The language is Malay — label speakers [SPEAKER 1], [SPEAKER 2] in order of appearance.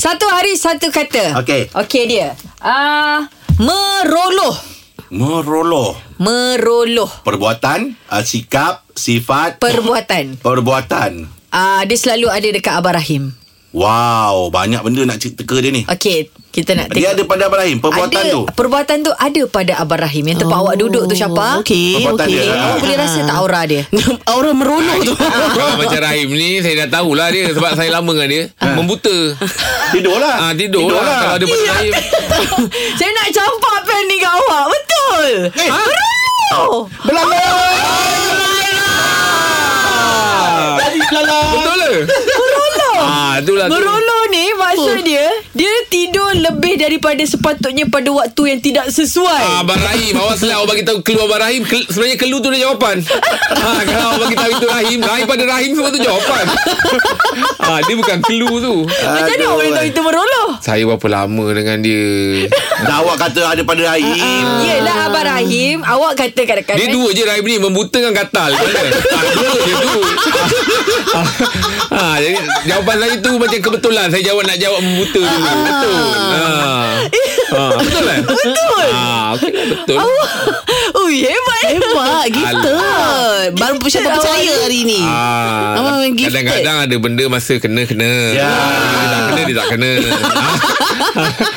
[SPEAKER 1] Satu hari satu kata.
[SPEAKER 2] Okey.
[SPEAKER 1] Okey dia. Ah, meroloh.
[SPEAKER 2] Meroloh.
[SPEAKER 1] Meroloh
[SPEAKER 2] Perbuatan, uh, sikap, sifat,
[SPEAKER 1] perbuatan.
[SPEAKER 2] perbuatan.
[SPEAKER 1] Ah, dia selalu ada dekat Abah Rahim.
[SPEAKER 2] Wow, banyak benda nak cerita ke dia ni.
[SPEAKER 1] Okey, kita nak
[SPEAKER 2] Dia ada pada Ibrahim perbuatan
[SPEAKER 1] ada,
[SPEAKER 2] tu.
[SPEAKER 1] Perbuatan tu ada pada Abah Rahim Yang tempat oh, awak duduk tu Syafa
[SPEAKER 3] Okey
[SPEAKER 2] Perbuatan
[SPEAKER 3] okey.
[SPEAKER 2] dia.
[SPEAKER 1] Eh, awak boleh rasa tak aura dia?
[SPEAKER 3] Aura meronok tu
[SPEAKER 4] Kalau Ah, macam Rahim ni Saya dah tahulah dia Sebab saya lama dengan dia Membuta
[SPEAKER 2] Tidurlah.
[SPEAKER 4] Ah tidur, lah. Kalau ada pada Rahim
[SPEAKER 1] Saya nak campak pen ni kat awak Betul
[SPEAKER 2] Eh,
[SPEAKER 1] Oh,
[SPEAKER 2] Belanda. Tadi kalah.
[SPEAKER 4] Betul lah Meroloh Ah itulah tu
[SPEAKER 1] Meroloh ni
[SPEAKER 2] Oh.
[SPEAKER 1] maksud dia Dia tidur lebih daripada sepatutnya pada waktu yang tidak
[SPEAKER 4] Ah,
[SPEAKER 1] sesuai
[SPEAKER 4] Abang Rahim Awak selalu awak bagi tahu keluar Abang Rahim Kel- Sebenarnya kelu tu dia jawapan ha, Kalau awak bagi tahu itu Rahim Rahim pada Rahim semua tu jawapan ha, Dia bukan kelu tu
[SPEAKER 1] Macam mana awak boleh tahu itu meroloh?
[SPEAKER 4] Saya berapa lama dengan dia
[SPEAKER 2] Dah awak kata ada
[SPEAKER 1] Ah,
[SPEAKER 2] pada Rahim.
[SPEAKER 1] Yelah Abang Rahim Awak eh. kata kadang-kadang
[SPEAKER 4] Dia dua je Rahim ni Membuta dengan katal Mana? ha, Dua dia tu ha, ha, jadi, Jawapan saya tu macam kebetulan Saya jawab nak jawab membuta dulu Betul ha. Ha, Betul kan?
[SPEAKER 1] Betul
[SPEAKER 4] ha, okay, lah, Betul
[SPEAKER 1] Awak Oh hebat
[SPEAKER 3] Hebat Gifted Baru pun siapa
[SPEAKER 1] Gifted
[SPEAKER 3] percaya hari ni
[SPEAKER 4] Ah,
[SPEAKER 3] Abang memang gifted.
[SPEAKER 4] kadang-kadang ada benda masa kena kena.
[SPEAKER 2] Ya.
[SPEAKER 4] Dia tak kena dia tak kena.